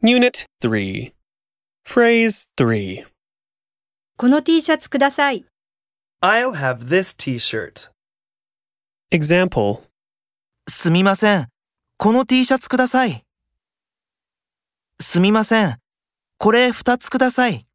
Unit 3. Phrase 3. この T シャツください。 I'll have this t-shirt. Example すみません。この T シャツください。すみません。これ2つください。